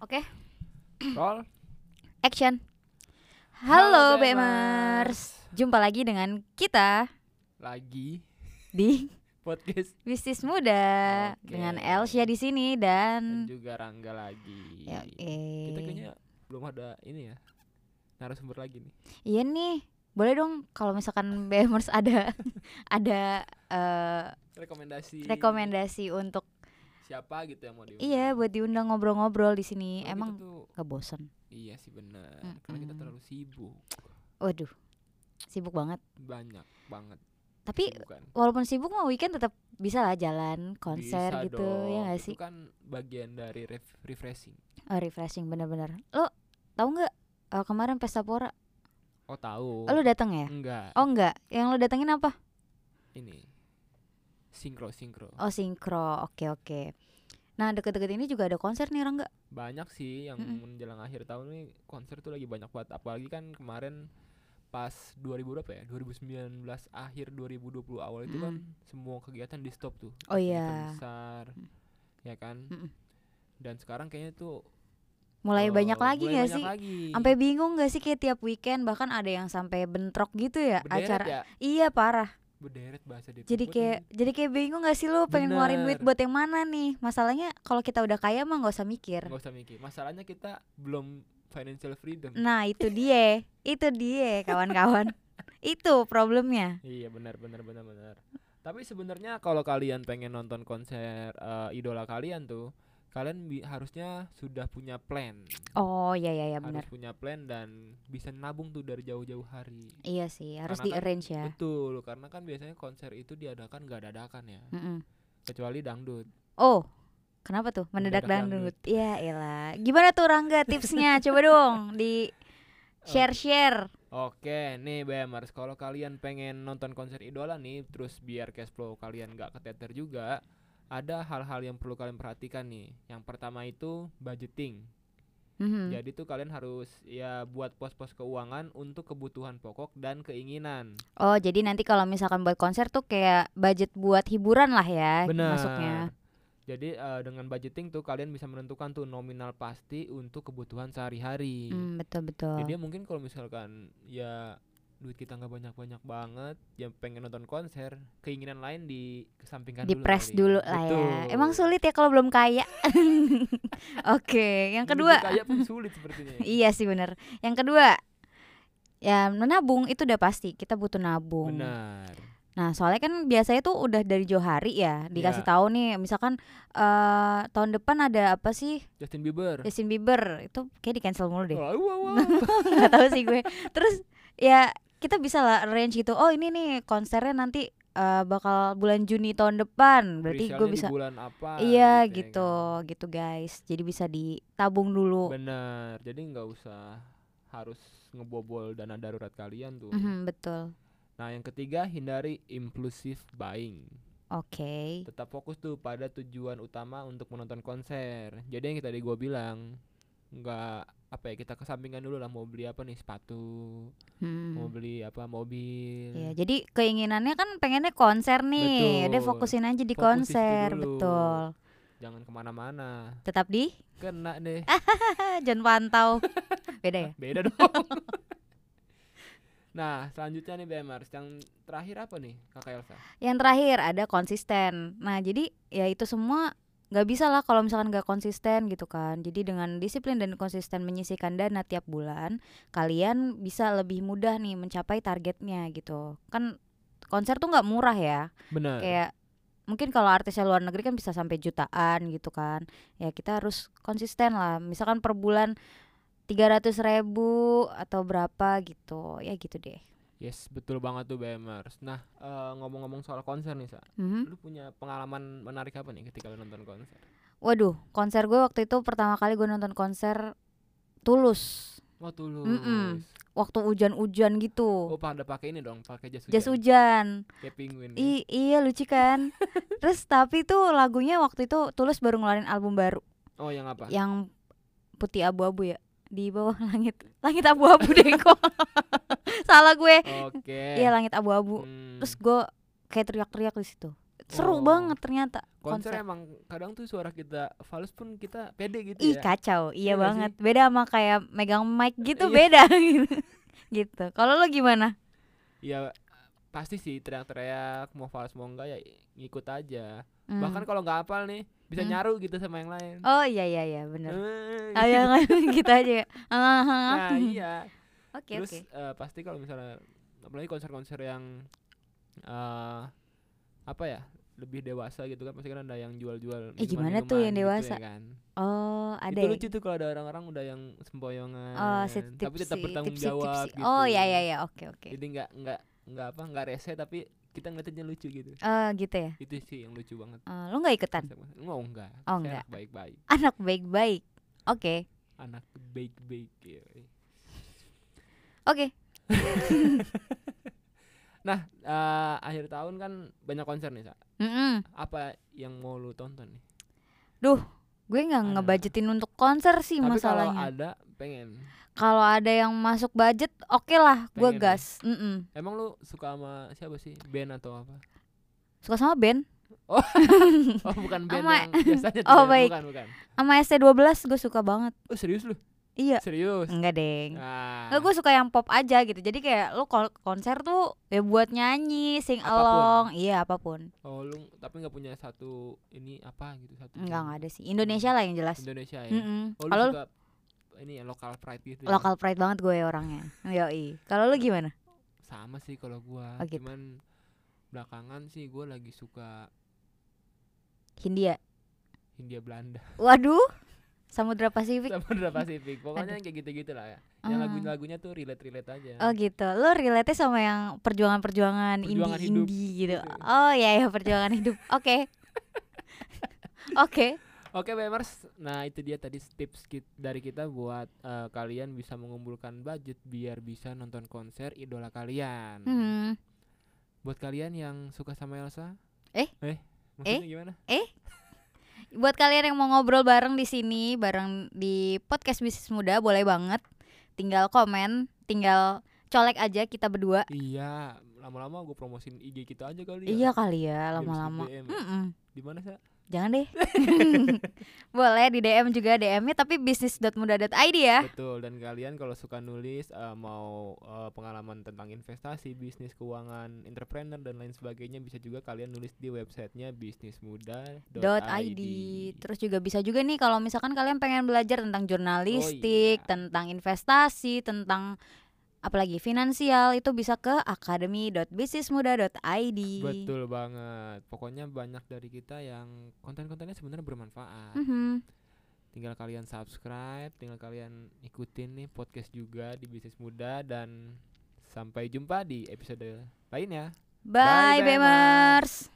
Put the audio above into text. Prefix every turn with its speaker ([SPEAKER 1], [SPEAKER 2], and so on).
[SPEAKER 1] Oke,
[SPEAKER 2] Roll.
[SPEAKER 1] action.
[SPEAKER 2] Halo,
[SPEAKER 1] Halo,
[SPEAKER 2] Bemers.
[SPEAKER 1] Bemers. Jumpa lagi dengan kita
[SPEAKER 2] Lagi
[SPEAKER 1] di
[SPEAKER 2] podcast
[SPEAKER 1] Bisnis Muda
[SPEAKER 2] Oke.
[SPEAKER 1] dengan Elsia di sini
[SPEAKER 2] dan
[SPEAKER 1] dan
[SPEAKER 2] juga Rangga
[SPEAKER 1] Hmm.
[SPEAKER 2] lagi.
[SPEAKER 1] Ya, oke.
[SPEAKER 2] Kita kayaknya belum ada ini ya. Narasumber lagi nih.
[SPEAKER 1] Iya nih, boleh dong kalau misalkan Bemers ada ada eh,
[SPEAKER 2] Iya. Rekomendasi.
[SPEAKER 1] rekomendasi untuk
[SPEAKER 2] Siapa gitu yang mau diundang?
[SPEAKER 1] iya buat diundang ngobrol-ngobrol di sini.
[SPEAKER 2] Kalau kita
[SPEAKER 1] Emang
[SPEAKER 2] tuh,
[SPEAKER 1] nggak bosen?
[SPEAKER 2] iya sih benar. Karena kita
[SPEAKER 1] Mm-mm.
[SPEAKER 2] terlalu sibuk.
[SPEAKER 1] Waduh, sibuk banget.
[SPEAKER 2] Banyak banget
[SPEAKER 1] Tapi
[SPEAKER 2] bukan.
[SPEAKER 1] walaupun sibuk mah weekend tetap bisa lah jalan konser gitu ya nggak sih?
[SPEAKER 2] Itu kan bagian dari ref- refreshing.
[SPEAKER 1] Oh, refreshing bener-bener. Lo tahu nggak eh, kemarin pesta pora?
[SPEAKER 2] Oh, tahu.
[SPEAKER 1] Lo datang ya?
[SPEAKER 2] Enggak.
[SPEAKER 1] Oh enggak, yang lo datengin apa?
[SPEAKER 2] Ini. Sinkro-sinkro.
[SPEAKER 1] Oh sinkro, oke oke. Nah deket-deket ini juga ada konser nih Rangga
[SPEAKER 2] banyak sih yang
[SPEAKER 1] Mm-mm.
[SPEAKER 2] menjelang akhir tahun nih konser tuh lagi banyak banget apalagi kan kemarin pas 2000 berapa ya 2019 akhir 2020 awal itu kan semua kegiatan di stop tuh
[SPEAKER 1] Oh
[SPEAKER 2] Kegiatan
[SPEAKER 1] iya.
[SPEAKER 2] besar ya kan
[SPEAKER 1] Mm-mm.
[SPEAKER 2] dan sekarang kayaknya tuh
[SPEAKER 1] Mulai
[SPEAKER 2] eh,
[SPEAKER 1] banyak lagi
[SPEAKER 2] mulai
[SPEAKER 1] nggak
[SPEAKER 2] banyak
[SPEAKER 1] sih?
[SPEAKER 2] lagi.
[SPEAKER 1] Sampai bingung nggak sih kayak tiap weekend bahkan ada yang sampai bentrok gitu ya
[SPEAKER 2] Berderet
[SPEAKER 1] acara.
[SPEAKER 2] ya,
[SPEAKER 1] Iya parah.
[SPEAKER 2] berderet bahasa di
[SPEAKER 1] Jadi
[SPEAKER 2] perut
[SPEAKER 1] kayak jadi kayak bingung nggak sih lo pengen ngeluarin duit
[SPEAKER 2] Bener.
[SPEAKER 1] buat yang mana nih? Masalahnya kalau kita udah kaya mah nggak usah mikir.
[SPEAKER 2] nih. nggak usah mikir masalahnya kita belum financial freedom
[SPEAKER 1] Nah itu dia, itu dia kawan-kawan. itu problemnya.
[SPEAKER 2] Iya benar benar benar benar. Tapi sebenarnya kalau kalian pengen nonton konser eh, idola kalian tuh, kalian bi- harusnya sudah punya plan.
[SPEAKER 1] Oh iya iya iya benar.
[SPEAKER 2] harus punya plan dan bisa nabung tuh dari jauh-jauh hari.
[SPEAKER 1] Iya sih, harus
[SPEAKER 2] Karena
[SPEAKER 1] di
[SPEAKER 2] kan-
[SPEAKER 1] arrange ya.
[SPEAKER 2] Betul, karena kan biasanya konser itu diadakan gak dadakan ya,
[SPEAKER 1] Mm-mm.
[SPEAKER 2] kecuali dangdut.
[SPEAKER 1] Oh, kenapa tuh mendadak
[SPEAKER 2] Mendadak
[SPEAKER 1] dangdut? Ya elah. Gimana tuh Rangga tipsnya? Coba dong di
[SPEAKER 2] Eh.
[SPEAKER 1] share-share.
[SPEAKER 2] Oke, nih Bemers, kalau kalian pengen nonton konser idola nih, terus biar cash flow kalian gak keteter juga, ada hal-hal yang perlu kalian perhatikan nih. Yang pertama itu budgeting.
[SPEAKER 1] Mhm.
[SPEAKER 2] Jadi tuh kalian harus ya buat pos-pos keuangan untuk kebutuhan pokok dan keinginan.
[SPEAKER 1] Oh, jadi nanti kalau misalkan buat konser tuh kayak budget buat hiburan lah ya
[SPEAKER 2] Benar.
[SPEAKER 1] masuknya.
[SPEAKER 2] Jadi eh, dengan budgeting tuh kalian bisa menentukan tuh nominal pasti untuk kebutuhan sehari-hari.
[SPEAKER 1] Hmm, betul betul.
[SPEAKER 2] Iya. Jadi ya mungkin kalau misalkan ya duit kita nggak banyak-banyak banget, yang pengen nonton konser, keinginan lain dikesampingkan
[SPEAKER 1] di
[SPEAKER 2] kan dulu.
[SPEAKER 1] press
[SPEAKER 2] kali.
[SPEAKER 1] dulu lah ya.
[SPEAKER 2] Betul.
[SPEAKER 1] Emang sulit ya kalau belum kaya. Oke, yang
[SPEAKER 2] Menuju
[SPEAKER 1] kedua.
[SPEAKER 2] kaya pun sulit sepertinya.
[SPEAKER 1] Iya sih bener Yang kedua Ya menabung itu udah pasti Kita butuh nabung
[SPEAKER 2] Benar.
[SPEAKER 1] Nah soalnya kan biasanya tuh udah dari jauh hari ya Dikasih
[SPEAKER 2] Iya.
[SPEAKER 1] tahu nih Misalkan eh tahun depan ada apa sih
[SPEAKER 2] Justin Bieber.
[SPEAKER 1] Justin Bieber Itu kayak di cancel mulu deh
[SPEAKER 2] Eh. Wah, wah, wah.
[SPEAKER 1] Gak tahu sih gue Terus ya kita bisa lah arrange gitu Oh ini nih konsernya nanti eh, bakal bulan Juni tahun depan Berarti gue
[SPEAKER 2] Presale-nya di
[SPEAKER 1] bisa
[SPEAKER 2] bulan apa?
[SPEAKER 1] Iya
[SPEAKER 2] ya
[SPEAKER 1] gitu
[SPEAKER 2] kan.
[SPEAKER 1] gitu guys Jadi bisa ditabung dulu
[SPEAKER 2] Benar, jadi nggak usah harus ngebobol dana darurat kalian tuh.
[SPEAKER 1] Mhm, Betul
[SPEAKER 2] Nah, yang ketiga hindari impulsif buying.
[SPEAKER 1] Oke
[SPEAKER 2] Tetap fokus tuh pada tujuan utama untuk menonton konser. Jadi yang tadi gua bilang nggak apa ya kita kesampingkan dulu lah mau beli apa nih sepatu,
[SPEAKER 1] Hmm.
[SPEAKER 2] mau beli apa mobil.
[SPEAKER 1] Iya, jadi keinginannya kan pengennya konser nih. Udah
[SPEAKER 2] Betul.
[SPEAKER 1] fokusin aja di
[SPEAKER 2] Fokus di situ
[SPEAKER 1] konser,
[SPEAKER 2] dulu.
[SPEAKER 1] betul.
[SPEAKER 2] Jangan kemana-mana.
[SPEAKER 1] Tetap di
[SPEAKER 2] Kena deh.
[SPEAKER 1] ah, jangan pantau. Beda ya?
[SPEAKER 2] Beda dong. nah, selanjutnya nih BMR, yang terakhir apa nih Kakak Elsa?
[SPEAKER 1] Yang terakhir ada konsisten. Nah, jadi ya itu semua nggak bisa lah kalau misalkan nggak konsisten gitu kan. Jadi dengan disiplin dan konsisten menyisihkan dana tiap bulan, kalian bisa lebih mudah nih mencapai targetnya gitu. Kan konser tuh nggak murah ya.
[SPEAKER 2] Benar.
[SPEAKER 1] kayak mungkin kalau artisnya luar negeri kan bisa sampai jutaan gitu kan ya kita harus konsisten lah misalkan per bulan 300 ribu atau berapa gitu ya gitu deh
[SPEAKER 2] Yes, betul banget tuh BMers. Nah, eh, ngomong-ngomong soal konser nih, Sa.
[SPEAKER 1] Mhm.
[SPEAKER 2] Lu punya pengalaman menarik apa nih ketika lu nonton konser?
[SPEAKER 1] waduh konser gue waktu itu pertama kali gue nonton konser tulus
[SPEAKER 2] Oh, tulus.
[SPEAKER 1] Mm-mm. waktu hujan-hujan gitu
[SPEAKER 2] Oh, pada pakai ini dong, pakai jas hujan. Hmm.
[SPEAKER 1] jas hujan
[SPEAKER 2] Kayak penguin
[SPEAKER 1] I-
[SPEAKER 2] nih.
[SPEAKER 1] iya lucu kan terus tapi tuh lagunya waktu itu tulus baru ngeluarin album baru
[SPEAKER 2] Oh, yang apa?
[SPEAKER 1] yang putih abu-abu ya di bawah langit langit abu-abu deh kok salah gue
[SPEAKER 2] Oke.
[SPEAKER 1] iya langit abu-abu
[SPEAKER 2] Hmm.
[SPEAKER 1] terus gue kayak teriak-teriak di situ seru
[SPEAKER 2] Oh.
[SPEAKER 1] banget ternyata
[SPEAKER 2] konser,
[SPEAKER 1] konser.
[SPEAKER 2] emang kadang tuh suara kita fals pun kita pede gitu
[SPEAKER 1] Ih
[SPEAKER 2] ya
[SPEAKER 1] kacau, iya
[SPEAKER 2] Iya nggak
[SPEAKER 1] banget. Beda sama kayak megang mic gitu
[SPEAKER 2] Iya.
[SPEAKER 1] beda gitu. gitu. Kalau lo gimana?
[SPEAKER 2] ya pasti sih teriak-teriak mau fals mau enggak ya ngikut aja
[SPEAKER 1] Hmm.
[SPEAKER 2] bahkan kalau nggak hafal nih bisa
[SPEAKER 1] Hmm.
[SPEAKER 2] nyaru gitu sama yang lain
[SPEAKER 1] Oh iya iya iya benar.
[SPEAKER 2] Eh,
[SPEAKER 1] Ayo gitu aja. ya. Ah, ah, ah.
[SPEAKER 2] nah iya
[SPEAKER 1] Oke
[SPEAKER 2] terus
[SPEAKER 1] oke.
[SPEAKER 2] eh, pasti kalau misalnya apalagi konser-konser yang eh apa ya lebih dewasa gitu kan pasti kan ada yang jual-jual
[SPEAKER 1] Eh, gimana
[SPEAKER 2] minuman-minuman
[SPEAKER 1] tuh yang
[SPEAKER 2] gitu
[SPEAKER 1] dewasa?
[SPEAKER 2] ya kan.
[SPEAKER 1] Oh ada.
[SPEAKER 2] itu
[SPEAKER 1] ya?
[SPEAKER 2] lucu tuh kalau ada orang-orang udah yang sempoyongan
[SPEAKER 1] Oh si
[SPEAKER 2] tapi tetap
[SPEAKER 1] tipsi,
[SPEAKER 2] bertanggung
[SPEAKER 1] tipsi,
[SPEAKER 2] jawab
[SPEAKER 1] tipsi.
[SPEAKER 2] gitu
[SPEAKER 1] Oh iya iya iya oke oke.
[SPEAKER 2] jadi nggak nggak nggak apa nggak rese tapi kita ngeliatnya lucu gitu
[SPEAKER 1] Eh gitu ya.
[SPEAKER 2] itu sih yang lucu banget
[SPEAKER 1] Eh, lo nggak ikutan?
[SPEAKER 2] Nggak, enggak
[SPEAKER 1] Oh,
[SPEAKER 2] Saya
[SPEAKER 1] enggak.
[SPEAKER 2] anak baik-baik
[SPEAKER 1] Anak baik-baik. Oke
[SPEAKER 2] anak baik-baik iya, yoi.
[SPEAKER 1] oke.
[SPEAKER 2] nah eh, akhir tahun kan banyak konser nih Sa.
[SPEAKER 1] Mm-mm.
[SPEAKER 2] apa yang mau lu tonton nih
[SPEAKER 1] Gue nggak
[SPEAKER 2] Ada.
[SPEAKER 1] ngebajetin untuk konser sih
[SPEAKER 2] tapi kalau
[SPEAKER 1] masalahnya.
[SPEAKER 2] ada pengen
[SPEAKER 1] Kalau ada yang masuk budget, oke lah, gue
[SPEAKER 2] Pengen ya?
[SPEAKER 1] gas. Mm-mm.
[SPEAKER 2] emang lu suka sama siapa sih band atau apa
[SPEAKER 1] Suka sama band?
[SPEAKER 2] oh bukan band
[SPEAKER 1] Sama-
[SPEAKER 2] yang biasanya tuh
[SPEAKER 1] Oh,
[SPEAKER 2] ya.
[SPEAKER 1] baik.
[SPEAKER 2] bukan bukan
[SPEAKER 1] Sama ST12 gue suka banget.
[SPEAKER 2] oh serius lu
[SPEAKER 1] Iya.
[SPEAKER 2] serius
[SPEAKER 1] Enggak deng.
[SPEAKER 2] nah
[SPEAKER 1] Enggak gue suka yang pop aja gitu. Jadi kayak lu kol- konser tuh ya buat nyanyi, sing
[SPEAKER 2] Apapun.
[SPEAKER 1] along, iya apapun.
[SPEAKER 2] oh lu tapi nggak punya satu ini apa gitu satu
[SPEAKER 1] Enggak
[SPEAKER 2] band
[SPEAKER 1] enggak ada sih. Indonesia lah yang jelas.
[SPEAKER 2] Indonesia ya
[SPEAKER 1] Mm-mm.
[SPEAKER 2] oh lu
[SPEAKER 1] Kalau lu
[SPEAKER 2] suka ini ya lokal pride gitu ya?
[SPEAKER 1] lokal pride banget gue orangnya. Yoi. Kalau lu gimana?
[SPEAKER 2] sama sih kalau gua
[SPEAKER 1] Oh, gitu.
[SPEAKER 2] cuman belakangan sih gua lagi suka
[SPEAKER 1] Hindia.
[SPEAKER 2] Hindia Belanda
[SPEAKER 1] Waduh. Samudra Pasifik.
[SPEAKER 2] Samudra Pasifik pokoknya yang kayak gitu-gitu lah ya yang
[SPEAKER 1] Ah.
[SPEAKER 2] lagu-lagunya tuh relate-relate aja
[SPEAKER 1] Oh gitu. Lu relate sama yang perjuangan-perjuangan
[SPEAKER 2] Perjuangan
[SPEAKER 1] indie
[SPEAKER 2] hidup.
[SPEAKER 1] indie gitu.
[SPEAKER 2] Gitu.
[SPEAKER 1] Oh iya ya perjuangan hidup. Oke. Oke.
[SPEAKER 2] Oke Bemers, nah itu dia tadi tips kit- dari kita buat eh, kalian bisa mengumpulkan budget biar bisa nonton konser idola kalian.
[SPEAKER 1] Hmm.
[SPEAKER 2] Buat kalian yang suka sama Elsa?
[SPEAKER 1] Eh?
[SPEAKER 2] Eh? Maksudnya gimana?
[SPEAKER 1] buat kalian yang mau ngobrol bareng di sini bareng di podcast bisnis muda boleh banget tinggal komen tinggal colek aja kita berdua
[SPEAKER 2] Iya, lama-lama gue promosiin IG kita aja kali
[SPEAKER 1] iya
[SPEAKER 2] ya.
[SPEAKER 1] kali ya
[SPEAKER 2] Biar bisa
[SPEAKER 1] lama-lama
[SPEAKER 2] di DM ya.
[SPEAKER 1] Mm-mm.
[SPEAKER 2] Di mana sih?
[SPEAKER 1] jangan deh boleh di dm juga dm-nya tapi bisnis.muda.id ya
[SPEAKER 2] Betul. Dan kalian kalau suka nulis eh, mau eh, pengalaman tentang investasi, bisnis, keuangan, entrepreneur dan lain sebagainya bisa juga kalian nulis di websitenya
[SPEAKER 1] dot
[SPEAKER 2] bisnismuda.id.
[SPEAKER 1] .id terus juga bisa juga nih kalau misalkan kalian pengen belajar tentang jurnalistik
[SPEAKER 2] iya.
[SPEAKER 1] tentang investasi tentang apalagi finansial itu bisa ke akademi.bisnismuda.id
[SPEAKER 2] Betul banget. Pokoknya banyak dari kita yang konten-kontennya sebenarnya bermanfaat.
[SPEAKER 1] Mhm.
[SPEAKER 2] Tinggal kalian subscribe, tinggal kalian ikutin nih podcast juga di Bisnis Muda dan sampai jumpa di episode lainnya.
[SPEAKER 1] Bye,
[SPEAKER 2] Bye,
[SPEAKER 1] Bemers.